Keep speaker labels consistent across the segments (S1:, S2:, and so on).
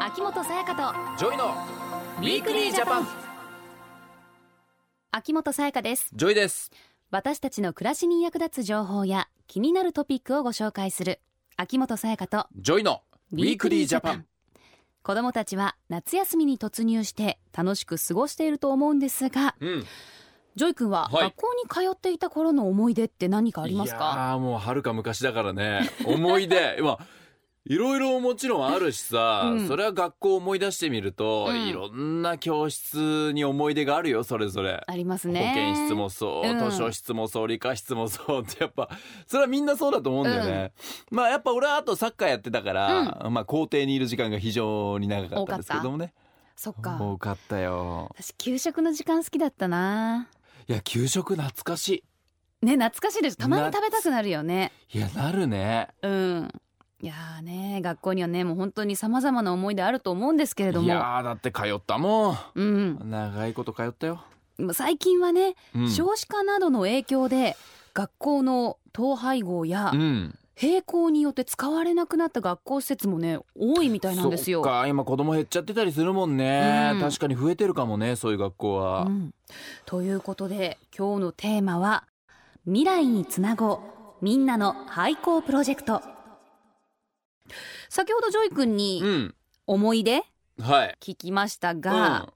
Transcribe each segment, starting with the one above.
S1: 秋元さやかと
S2: ジョイのウィークリージャパン
S1: 秋元さやかです
S2: ジョイです
S1: 私たちの暮らしに役立つ情報や気になるトピックをご紹介する秋元さやかと
S2: ジョイのウィークリージャパン
S1: 子どもたちは夏休みに突入して楽しく過ごしていると思うんですが
S2: うん
S1: ジョイ君は
S2: はい
S1: 学校に通っていた頃の思い出って何かあります
S2: い
S1: か、
S2: やーもうはるか昔だからね 思い出今いろいろもちろんあるしさ、
S1: うん
S2: それは学校を思い出してみると、
S1: うん
S2: いろんな教室に思い出があるよそれぞれ。
S1: あります
S2: 保
S1: ね
S2: 健室もそう、
S1: うん
S2: 図書室もそう理科室もそうってやっぱそれはみんなそうだと思うんだよね、まあやっぱ俺はあとサッカーやってたから、まあ校庭にいる時間が非常に長かったんですけどもね
S1: そっか
S2: 多かったよ
S1: 私給食の時間好きだったない
S2: や給食懐かし
S1: ね懐かしいですたまに食べたくなるよね
S2: いいやなるね
S1: うんいやーね学校にはねもう本当に様々な思い出あると思うんですけれど
S2: いや
S1: も、
S2: ーだって通ったも
S1: うん
S2: ん長いこと通ったよ、
S1: うん、最近はね、
S2: うん
S1: 少子化などの影響で学校の統廃合や
S2: うん、
S1: 閉校によって使われなくなった学校施設もね多いみたいなんですよ
S2: そっ。か今子供減っちゃってたりするもんね、
S1: うん
S2: 確かに増えてるかもねそういう学校は、
S1: うん、ということで今日のテーマは「未来につなごうみんなの廃校プロジェクト」先ほどジョイ君
S2: う
S1: に
S2: ん
S1: 「思い出」
S2: はい
S1: 聞きましたが、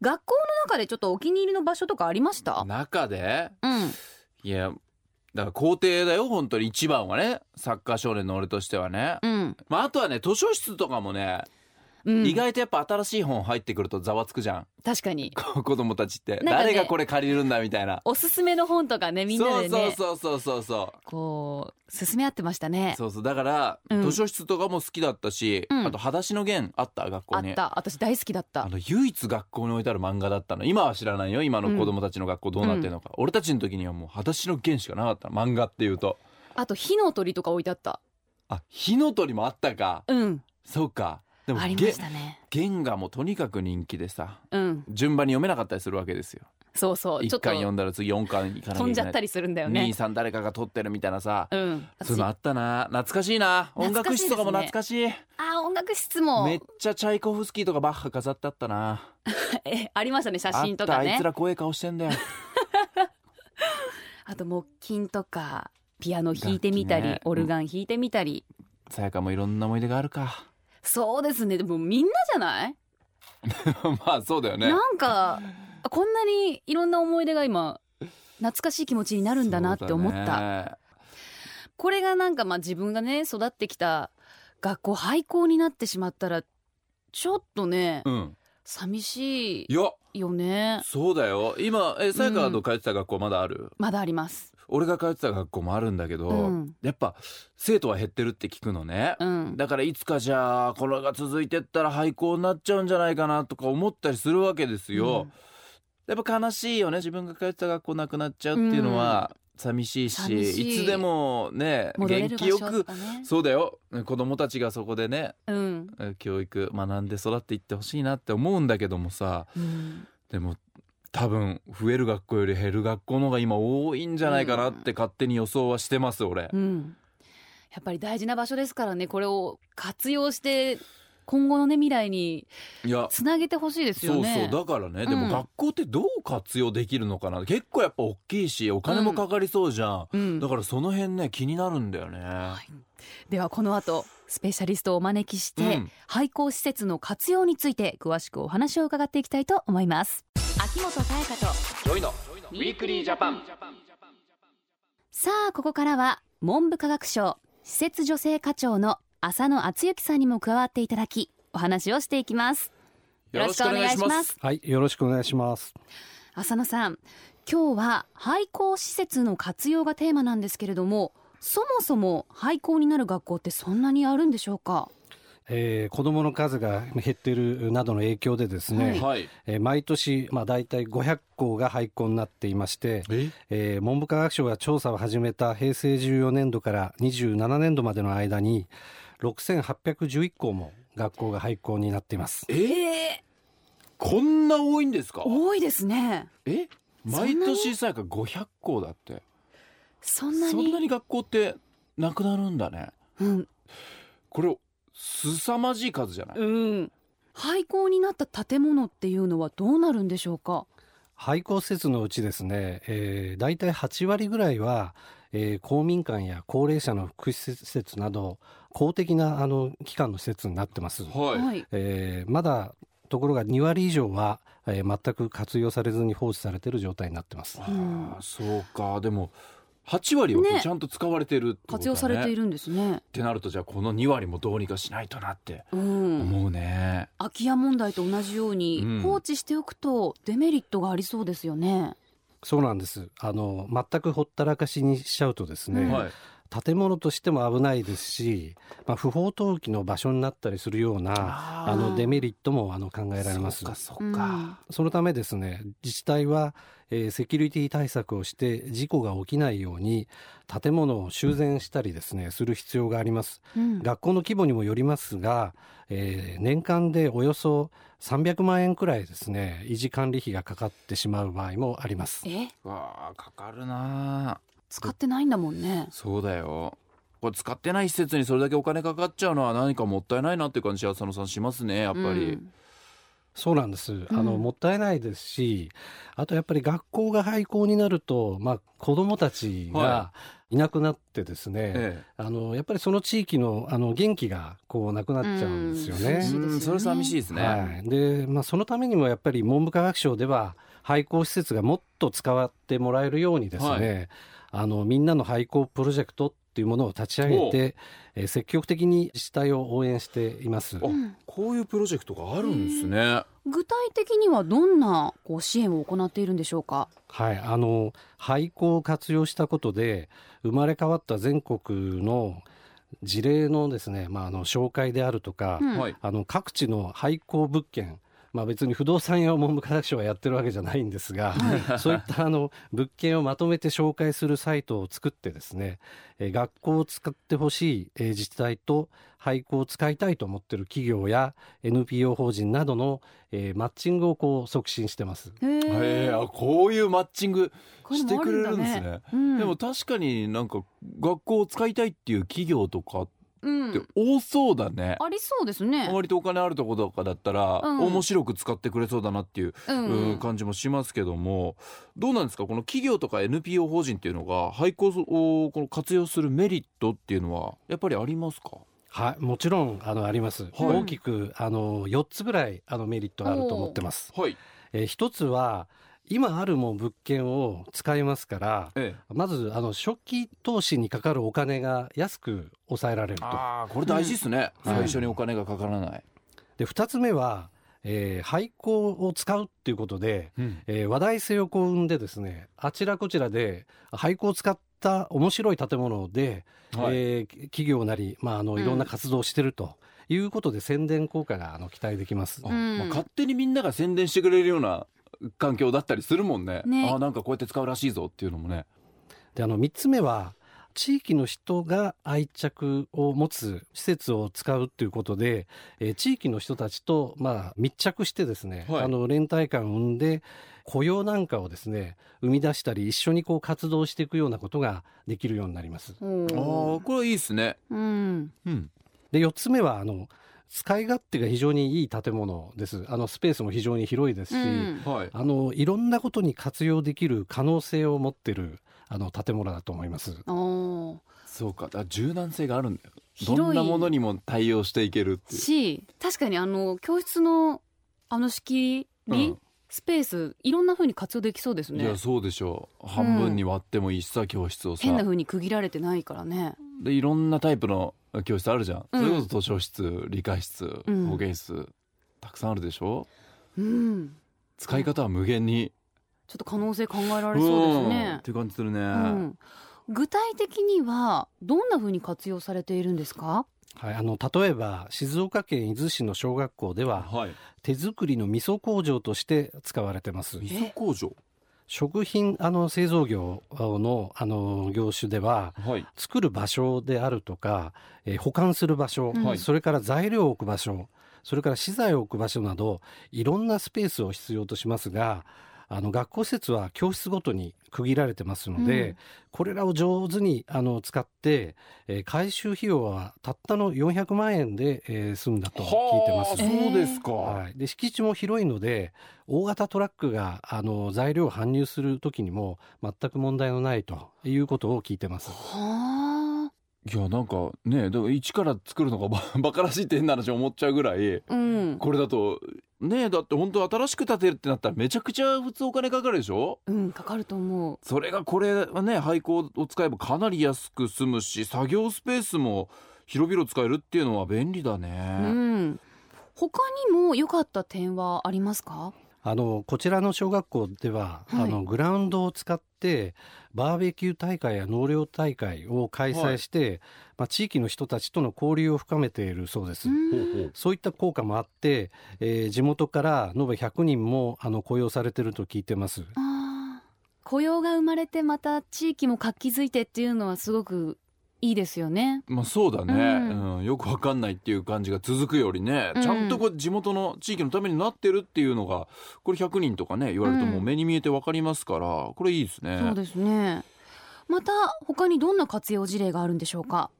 S1: 学校の中でちょっとお気に入りの場所とかありまし
S2: う
S1: た
S2: ん、中で
S1: うん
S2: いやだから校庭だよ本当に一番はねサッカー少年の俺としてはね、
S1: うん、
S2: まあ、あとはね図書室とかもね、
S1: うん、
S2: 意外とやっぱ新しい本入ってくるとざわつくじゃん
S1: 確かに
S2: こ子供たちっ
S1: な
S2: て、
S1: んかね
S2: 誰がこれ借りるんだみたいな
S1: おすすめの本とかねみんなでね
S2: そうそうそうそうそう
S1: こう進め合ってましたね
S2: そうそうだから、
S1: うん
S2: 図書室とかも好きだったし、
S1: うん
S2: あと「裸足の弦」あった学
S1: あ
S2: 校
S1: っ
S2: に
S1: た私大好きだった
S2: あの唯一学校に置いてある漫画だったの今は知らないよ今の子供たちの学校どうなってるのか、俺たちの時にはもう「裸足の弦」しかなかった漫画っていうと
S1: あと火の鳥とか置いてあった
S2: あ火の鳥もあったか、
S1: うん
S2: そうかでも
S1: ありま
S2: げ
S1: したね
S2: 弦がもうとにかく人気でさ
S1: うん
S2: 順番に読めなかったりするわけですよ
S1: そうそうちょ
S2: 1
S1: っと
S2: 巻読んだら次4巻いかなきゃ
S1: 飛ん
S2: い
S1: じ
S2: け
S1: ゃ
S2: な
S1: っ
S2: い
S1: たりするんだよ
S2: 兄
S1: ね
S2: さん誰かが撮ってるみたいなさ、
S1: うん
S2: そういうのあったな懐かしいな音楽室とかも懐
S1: 懐
S2: かしい
S1: あ音楽室も
S2: めっちゃチャイコフスキーとかバッハ飾ってあったな
S1: えありましたね写真とか
S2: あったあい
S1: ね
S2: つら怖い顔し てんだよ
S1: あと木琴とかピアノ弾いてみたり、
S2: 楽器ね
S1: オルガン弾いてみたり
S2: さやかもいろんな思い出があるか
S1: そうですねでもみんなじゃない
S2: まあそうだよね
S1: なんかこんなにいろんな思い出が今懐かしい気持ちになるんだなって思った、これがなんかまあ自分がね育ってきた学校廃校になってしまったらちょっとね、
S2: そうだねうん
S1: 寂し
S2: いや
S1: いよね
S2: そうだよ今えさやかと通ってた学校まだある、
S1: まだあります
S2: 俺が通ってた学校もあるんだけど、
S1: うん
S2: やっぱ生徒は減ってるって聞くのね、
S1: うん
S2: だからいつかじゃあこれが続いてったら廃校になっちゃうんじゃないかなとか思ったりするわけですよ、やっぱ悲しいよね自分が通ってた学校なくなっちゃうっていうのは寂しいし,、
S1: 寂しい
S2: いつでもね
S1: 戻れる場
S2: 元気よ
S1: 所と
S2: く
S1: かね
S2: そうだよ子供たちがそこでね
S1: うん、
S2: 教育学んで育っていってほしいなって思うんだけどもさ
S1: うん
S2: でも多分増える学校より減る学校の方が今多いんじゃないかなって勝手に予想はしてます俺。
S1: うんやっぱり大事な場所ですからねこれを活用して今後のね未来に
S2: いや
S1: つなげてほしいですよ
S2: そう
S1: ね
S2: そうだからね、で
S1: う
S2: も
S1: ん
S2: 学校ってどう活用できるのかな結構やっぱ大きいしお金もかかりそうじゃん、
S1: うん
S2: だからその辺ね気になるんだよね、
S1: ではこの後スペシャリストをお招きして、
S2: うん
S1: 廃校施設の活用について詳しくお話を伺っていきたいと思います秋元彩香と
S2: ジョイの
S1: ウ
S2: ィークリージャパン
S1: さあここからは文部科学省施設女性課長の浅野敦之さんにも加わっていただきお話をしていきますよろしくお願いします
S3: はい、よろしくお願いします。
S1: 浅野さん今日は廃校施設の活用がテーマなんですけれどもそもそも廃校になる学校ってそんなにあるんでしょうか
S3: えー、子供の数が減ってるなどの影響でですね、
S1: はい
S2: はい
S3: えー毎年、まあ、大体500校が廃校になっていまして、
S2: え
S3: えー文部科学省が調査を始めた平成14年度から27年度までの間に、6811校も学校が廃校になっています。
S2: えこんな多いんですか
S1: 多いですね
S2: え毎年さやか500校だって
S1: そんなに
S2: そんなに学校ってなくなるんだね
S1: うん
S2: これ凄まじい数じゃない、
S1: うん廃校になった建物っていうのはどうなるんでしょうか
S3: 廃校施設のうちですね、えー、大体8割ぐらいは、えー公民館や高齢者の福祉施設など公的なあの機関の施設になってます、
S2: はい。
S1: い
S3: えーまだところが2割以上は、えー全く活用されずに放置されている状態になってます
S1: ん
S2: ああそうかでも8割はこれ
S1: ね
S2: ちゃんと使われてるってことだ、ね
S1: 活用されてい
S2: る
S1: るんですね
S2: ってなるとじゃあこの2割もどうにかしないとなって
S1: うん
S2: 思うね、
S1: 空き家問題と同じように、
S2: うん
S1: 放置しておくとデメリットがありそうですよね
S3: そうなんですあの全くほったらかしにしちゃうとですね、
S1: うん
S2: はい
S3: 建物としても危ないですし、まあ、不法投棄の場所になったりするような
S2: あ
S3: あのデメリットもあの考えられます
S2: そっかそっ
S1: うん
S2: か、
S3: そのためですね自治体は、えーセキュリティ対策をして事故が起きないように建物を修繕したりですねする必要があります
S1: うん
S3: 学校の規模にもよりますが、えー年間でおよそ300万円くらいですね維持管理費がかかってしまう場合もあります
S1: え
S2: わあかかるな
S1: 使ってないんだもんね
S2: そうだよこれ使ってない施設にそれだけお金かかっちゃうのは何かもったいないなって感じ浅野さんしますねやっぱり、
S3: そうなんです。あの、
S1: うん
S3: もったいないですし、あとやっぱり学校が廃校になると、まあ子供たちが
S2: はい
S3: なくなってですね、
S2: え
S3: あのやっぱりその地域のあの元気がこうなくなっちゃうんですよ
S1: うん
S2: え
S1: 寂し
S3: ね。
S1: いですよね
S2: うんそれ寂しいですね、
S3: はい。で、まあそのためにもやっぱり文部科学省では廃校施設がもっと使ってもらえるようにですね、
S2: は
S3: あのみんなの廃校プロジェクトっていうものを立ち上げて、えー積極的に自治体を応援しています。
S2: お
S1: うん
S2: こういうプロジェクトがあるんですね、
S1: 具体的にはどんなこう支援を行っているんでしょうか
S3: はい、あの廃校を活用したことで生まれ変わった全国の事例のですね、まあ、あの紹介であるとか、
S1: うん
S2: はい
S3: あの各地の廃校物件まあ別に不動産屋を文部科学省はやってるわけじゃないんですが、そういったあの物件をまとめて紹介するサイトを作ってですね、えー学校を使ってほしいえー自治体と廃校を使いたいと思ってる企業や NPO 法人などのえーマッチングをこう促進してます。
S1: へえ
S2: へえあこういうマッチング
S1: こういうのもあんだ
S2: してくれるんで
S1: うん
S2: でも確かになんか学校を使いたいっていう企業とかっ
S1: うん
S2: て多そうだね、
S1: ありそうですね
S2: 割とお金あるとことかだったら、
S1: うん
S2: 面白く使ってくれそうだなっていう、
S1: う
S2: うん感じもしますけどもどうなんですかこの企業とか NPO 法人っていうのが廃校をこの活用するメリットっていうのはやっぱりありますか
S3: はい、もちろんあのあります、大きくあの4つぐらいあのメリットがあると思ってます、
S2: はい、
S3: えー、一つは今あるもう物件を使いますから
S2: ええ、
S3: まずあの初期投資にかかるお金が安く抑えられると
S2: ああこれ大事ですね、
S3: うん
S2: 最初にお金がかからない、
S3: で2つ目は、えー廃校を使うっていうことで、えー話題性をこう生んでですねあちらこちらで廃校を使った面白い建物で、
S2: はい
S3: えー企業なり、まあ、あのいろんな活動をしてるということで宣伝効果があの期待できます。
S2: あ
S1: うん
S2: まあ、勝手にみんなが宣伝してくれるような環境だったりするもんね
S1: ね
S2: ああなんかこうやって使うらしいぞっていうのもね
S3: であの3つ目は地域の人が愛着を持つ施設を使うということで、えー地域の人たちと、まあ、密着してですね、
S2: はい
S3: あの連帯感を生んで雇用なんかをですね生み出したり一緒にこう活動していくようなことができるようになります。
S1: お
S2: ああ
S1: ー
S2: これいいですね
S1: うん
S2: うん
S3: で4つ目はあの使い勝手が非常にいい建物です。あのスペースも非常に広いですし、
S1: うん
S2: はい
S3: あのいろんなことに活用できる可能性を持ってるあの建物だと思います。
S1: あー
S2: そうかだから柔軟性があるんだよ
S1: 広い
S2: どんなものにも対応していけるっていう
S1: し確かにあの教室のあの仕切り、
S2: うん
S1: スペースいろんな風に活用できそうです
S2: い
S1: ね
S2: やそうでしょう半分に割ってもいいしさ、教室をさ
S1: 変な風に区切られてないからね
S2: でいろんなタイプの教室あるじゃん、
S1: うん
S2: それこそ図書室理科室
S1: うん
S2: 保健室、たくさんあるでしょ
S1: うん
S2: 使い方は無限に
S1: ちょっと可能性考えら
S2: あ
S1: れそうですね、
S2: って感じするね、
S1: うん、具体的にはどんな風に活用されているんですか？
S3: はい、あの例えば静岡県伊豆市の小学校では
S2: はい
S3: 手作りの味噌工場として使われてます
S2: 味噌工場
S3: 食品あの製造業のあの業種では
S2: はい
S3: 作る場所であるとか、えー保管する場所、
S1: はい
S3: それから材料を置く場所それから資材を置く場所などいろんなスペースを必要としますがあの学校施設は教室ごとに区切られてますので、
S1: うん
S3: これらを上手にあの使って、えー改修費用はたったの400万円で、えー済んだと聞いてま
S2: はあ
S3: す。
S2: そうですか。
S3: はい、で敷地も広いので大型トラックがあの材料を搬入する時にも全く問題のないということを聞いてます。
S1: はい
S2: やなんかねだから一から作るのがばバカらしいって変な話思っちゃうぐらい
S1: あうん
S2: これだとねだって本当新しく建てるってなったらめちゃくちゃ普通お金かかるでしょ
S1: うんかかると思う
S2: それがこれはね廃校を使えばかなり安く済むし作業スペースも広々使えるっていうのは便利だ
S1: う
S2: ね。
S1: ん他にも良かった点はありますか
S3: あのこちらの小学校では、
S1: はい
S3: あのグラウンドを使ってバーベキュー大会や納涼大会を開催して、まあ、地域の人たちとの交流を深めているそうです。
S1: うん
S3: そういった効果もあって、えー地元から延べ100人もあの雇用されてると聞いてます。
S1: あー雇用が生まれてまた地域も活気づいてっていうのはすごくいいですよね
S2: まあそうだね、
S1: う
S2: うんよくわかんないっていう感じが続くよりね、
S1: うん
S2: ちゃんとこう地元の地域のためになってるっていうのがこれ100人とかね言われるともう目に見えてわかりますからこれいいですね。
S1: そうですねまた他にどんな活用事例があるんでしょうか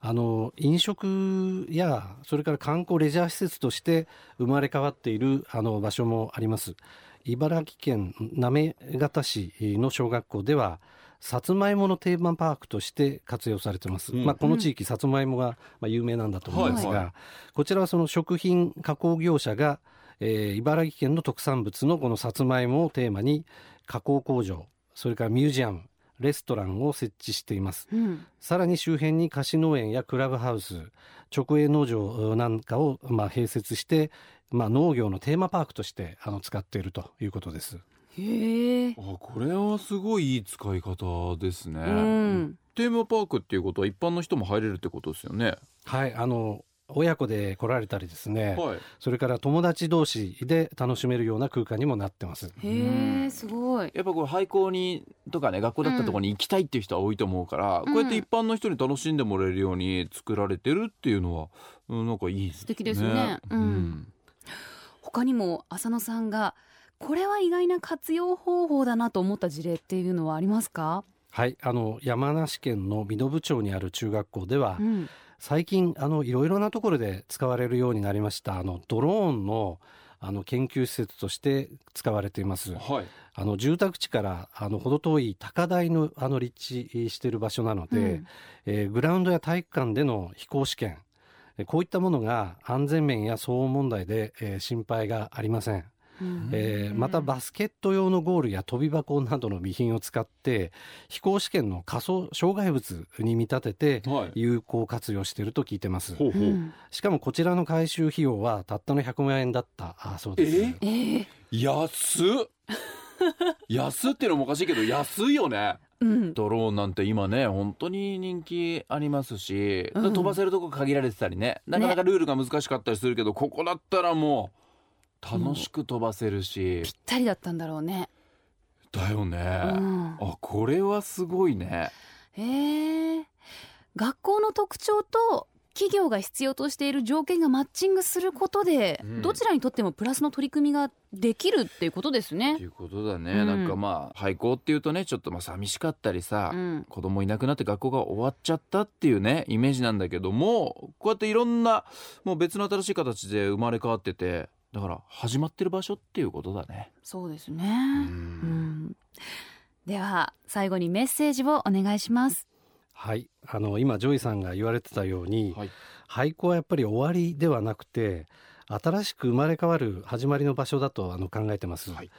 S3: あの飲食やそれから観光レジャー施設として生まれ変わっているあの場所もあります茨城県行方市の小学校ではさつまいものテーマパークとして活用されてます、
S2: うん
S3: まあ、この地域さつまいもが、まあ、有名なんだと思いますが、
S2: はいは
S3: こちらはその食品加工業者が、えー茨城県の特産物のこのさつまいもをテーマに加工工場それからミュージアムレストランを設置しています
S1: うん
S3: さらに周辺に貸し農園やクラブハウス直営農場なんかをまあ併設して、まあ、農業のテーマパークとしてあの使っているということです。
S1: へえ
S2: あこれはすごいいい使い方ですね、
S1: うん
S2: テーマパークっていうことは一般の人も入れるってことですよね、
S3: はい、あの親子で来られたりですね、
S2: はい
S3: それから友達同士で楽しめるような空間にもなってます。
S1: へえすごい
S2: やっぱこれ廃校にとかね学校だったところに行きたいっていう人は多いと思うから、
S1: うん
S2: こうやって一般の人に楽しんでもらえるように作られてるっていうのは、うん、なんかいい素
S1: 素敵ですねうん他にも浅野さんがこれは意外な活用方法だなと思った事例っていうのはありますか、
S3: はい、あの山梨県の身延町にある中学校では、
S1: うん、
S3: 最近あのいろいろなところで使われるようになりましたあのドローンのあの研究施設として使われています。
S2: はい、
S3: あの住宅地からあの程遠い高台のあの立地している場所なので、
S1: うん
S3: えーグラウンドや体育館での飛行試験えーこういったものが安全面や騒音問題で、えー心配がありません、
S1: うん
S3: えーまたバスケット用のゴールや飛び箱などの備品を使って飛行試験の仮想障害物に見立てて
S2: はい
S3: 有効活用していると聞いてます
S2: ほうほう、
S1: うん
S3: しかもこちらの改修費用はたったの100万円だったあそうです、
S2: え
S1: えー
S2: 安っ安っていうのもおかしいけど安いよね
S1: うん、
S2: ドローンなんて今ね本当に人気ありますし、
S1: うん
S2: 飛ばせるとこ限られてたりねなかなかルールが難しかったりするけど、ここだったらもう楽しく飛ばせるし、
S1: ぴったりだったんだろうね。
S2: だよ
S1: う
S2: ね、
S1: ん、
S2: あこれはすごいね
S1: えー学校の特徴と企業が必要としている条件がマッチングすることで、
S2: うん
S1: どちらにとってもプラスの取り組みができるっていうことです
S2: って
S1: ね。
S2: いうことだね、
S1: うん
S2: なんかまあ廃校っていうとねちょっとまあ寂しかったりさ、
S1: うん、
S2: 子供いなくなって学校が終わっちゃったっていうねイメージなんだけどもこうやっていろんなもう別の新しい形で生まれ変わっててだから始まってる場所っていうことだね。
S1: そうです
S2: う
S1: ね。うんん、では最後にメッセージをお願いします。
S3: はいあの今ジョイさんが言われてたように、
S2: はい
S3: 廃校はやっぱり終わりではなくて新しく生まれ変わる始まりの場所だとあの考えてます、
S2: はい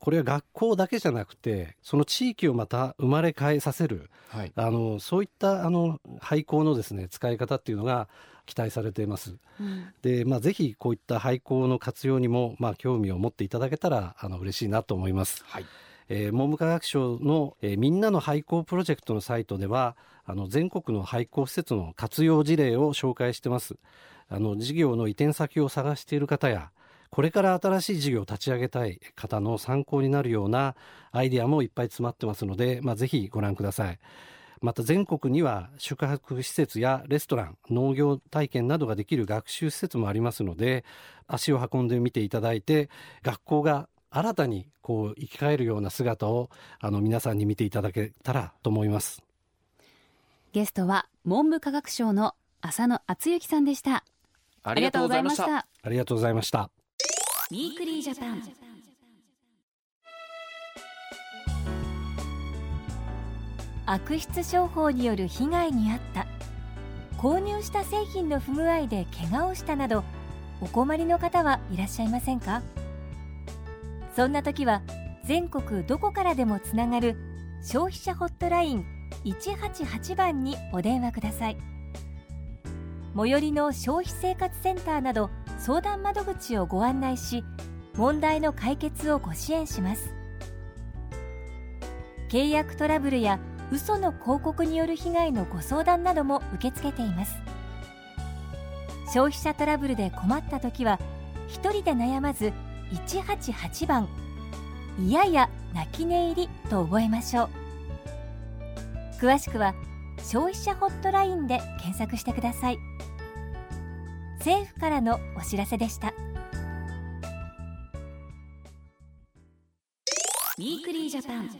S3: これは学校だけじゃなくてその地域をまた生まれ変えさせる
S2: はい
S3: あのそういったあの廃校のですね使い方っていうのが期待されています
S1: うん、
S3: で、まあ、ぜひこういった廃校の活用にも、まあ、興味を持っていただけたらあの嬉しいなと思います
S2: はい
S3: えー文部科学省の、えーみんなの廃校プロジェクトのサイトではあの全国の廃校施設の活用事例を紹介してますあの事業の移転先を探している方やこれから新しい事業を立ち上げたい方の参考になるようなアイデアもいっぱい詰まってますので、まあ、ぜひご覧くださいまた全国には宿泊施設やレストラン農業体験などができる学習施設もありますので足を運んでみていただいて学校が新たにこう生き返るような姿をあの皆さんに見ていただけたらと思います
S1: ゲストは文部科学省の浅野敦之さんでした
S2: あ
S1: あ
S2: りがとうございました
S3: ありがとうございました
S1: ウィークリージャパン
S4: 悪質商法による被害に遭った購入した製品の不具合で怪我をしたなどお困りの方はいらっしゃいませんかそんな時は全国どこからでもつながる消費者ホットライン188番にお電話ください最寄りの消費生活センターなど相談窓口をご案内し問題の解決をご支援します契約トラブルや嘘の広告による被害のご相談なども受け付けています消費者トラブルで困った時は一人で悩まず188番「いやや泣き寝入り」と覚えましょう詳しくは消費者ホットラインで検索してください政府からのお知らせでした
S1: ウィークリージャパン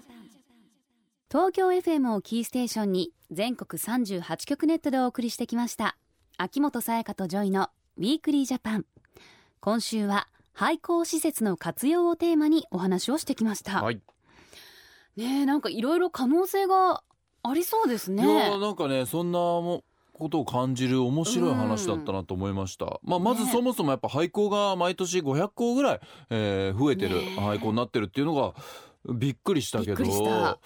S1: 東京 FM をキーステーションに全国38局ネットでお送りしてきました秋元才加とジョイのウィークリージャパン今週は廃校施設の活用をテーマにお話をしてきました、
S2: はい
S1: ねえなんかいろいろ可能性がありそうです
S2: いやー
S1: ね
S2: なんかねそんなもことを感じる面白い話だったなと思いました、まあ、まず
S1: ね
S2: そもそもやっぱ廃校が毎年500校ぐらい、えー増えてる、
S1: ね
S2: 廃校になってるっていうのがびっくりしたけ
S1: びっ
S2: ど
S1: くりした
S2: やっ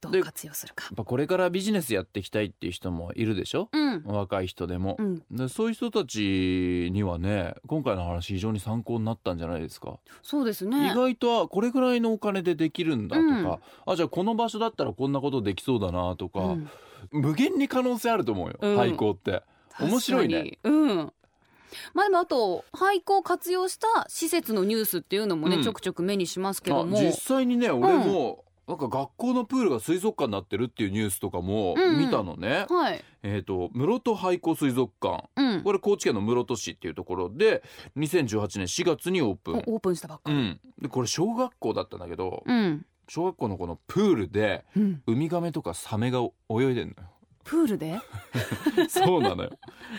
S1: ど
S2: で
S1: う活用するか
S2: ぱこれからビジネスやっていきたいっていう人もいるでしょ、
S1: うん
S2: 若い人でも
S1: う、ん
S2: でそういう人たちにはね今回の話非常に参考になったんじゃないですか、
S1: そうですね
S2: 意外とあこれぐらいのお金でできるんだとか、あじゃあこの場所だったらこんなことできそうだなとか、
S1: うん
S2: 無限に可能性あると思うよ、
S1: うん
S2: 廃校って。面白いね
S1: 確かにうんまあでもあと廃校を活用した施設のニュースっていうのもね、
S2: うん
S1: ちょくちょく目にしますけ
S2: あ
S1: ども
S2: 実際にね俺も、なんか学校のプールが水族館になってるっていうニュースとかも
S1: うんうん
S2: 見たのね、
S1: はい
S2: えっ、と室戸廃校水族館
S1: うん
S2: これ高知県の室戸市っていうところで2018年4月にオープン
S1: おオープンしたばっか
S2: う
S1: り
S2: ん、でこれ小学校だったんだけど、
S1: うん、
S2: 小学校のこのプールで
S1: うん、
S2: ウミガメとかサメが泳いでんのよ
S1: プールで
S2: そうなのよ。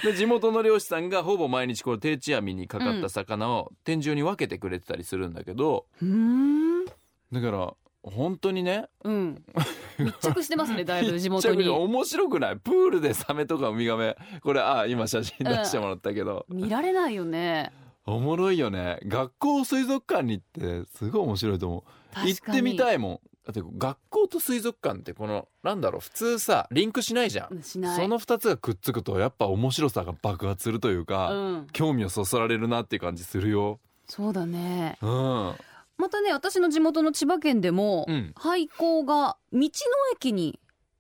S2: で地元の漁師さんがほぼ毎日この定置網にかかった魚を天井に分けてくれてたりするんだけど、
S1: うーん
S2: だから本当にね
S1: うん密着してますねだ いぶ地元
S2: めっ
S1: に
S2: ちゃ面白くないプールでサメとかウミガメこれあ今写真出してもらったけど、
S1: 見られないよね
S2: おもろいよね学校水族館に行ってすごい面白いと思う行
S1: 確
S2: っ
S1: か
S2: て
S1: に
S2: みたいもんだって学校と水族館ってこのなんだろう普通さリンクしないじゃん
S1: うんしない
S2: その2つがくっつくとやっぱ面白さが爆発するというか、
S1: うん、
S2: 興味をそそられるなっていう感じするよ。
S1: そうだね
S2: うん。
S1: またね私の地元の千葉県でも、
S2: うん
S1: 廃校が道の駅に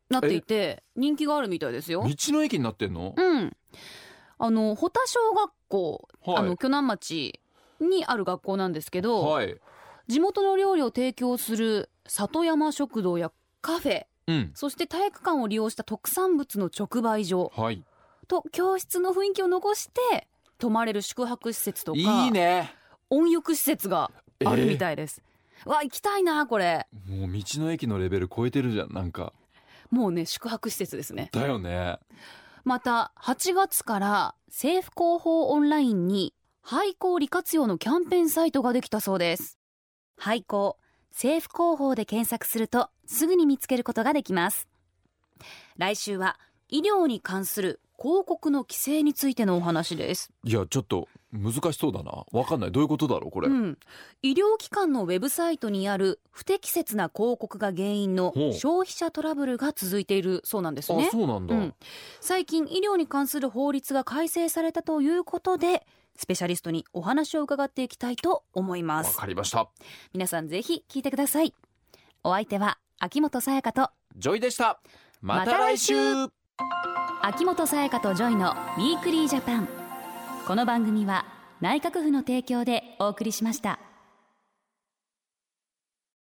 S1: なっていて人気があるみたいですよ
S2: 道の駅になってんの？
S1: うん。あの保田小学校、あ
S2: は
S1: の鋸南町にある学校なんですけ
S2: い。
S1: ど、
S2: はい。
S1: 地元の料理を提供する里山食堂やカフェ
S2: うん。
S1: そして体育館を利用した特産物の直売所
S2: はい。
S1: と教室の雰囲気を残して泊まれる宿泊施設とか
S2: いいね。
S1: 温浴施設があるみ
S2: い。
S1: たいです。わ行きたいなこれ
S2: もう道の駅のレベル超えてるじゃんなんか。
S1: もうね宿泊施設ですね
S2: だよね。
S1: また8月から政府広報オンラインに廃校利活用のキャンペーンサイトができたそうです
S4: 廃校
S1: 政府広報で検索するとすぐに見つけることができます来週は医療に関する広告の規制についてのお話です、
S2: いやちょっと難しそうだな。わかんないどういうことだろうこれ。
S1: うん、医療機関のウェブサイトにある不適切な広告が原因の
S2: ほう
S1: 消費者トラブルが続いているそうなんです
S2: あ、
S1: ね
S2: そうなんだ。
S1: うん最近医療に関する法律が改正されたということでスペシャリストにお話を伺っていきたいと思いま
S2: わ
S1: す
S2: かりました。
S1: 皆さんぜひ聞いてくださいお相手は秋元さやかと
S2: ジョイでした。ま
S1: ま
S2: た
S1: た来
S2: 来週
S1: 週。秋元さやかとジョイのウィークリージャパンこの番組は内閣府の提供でお送りしました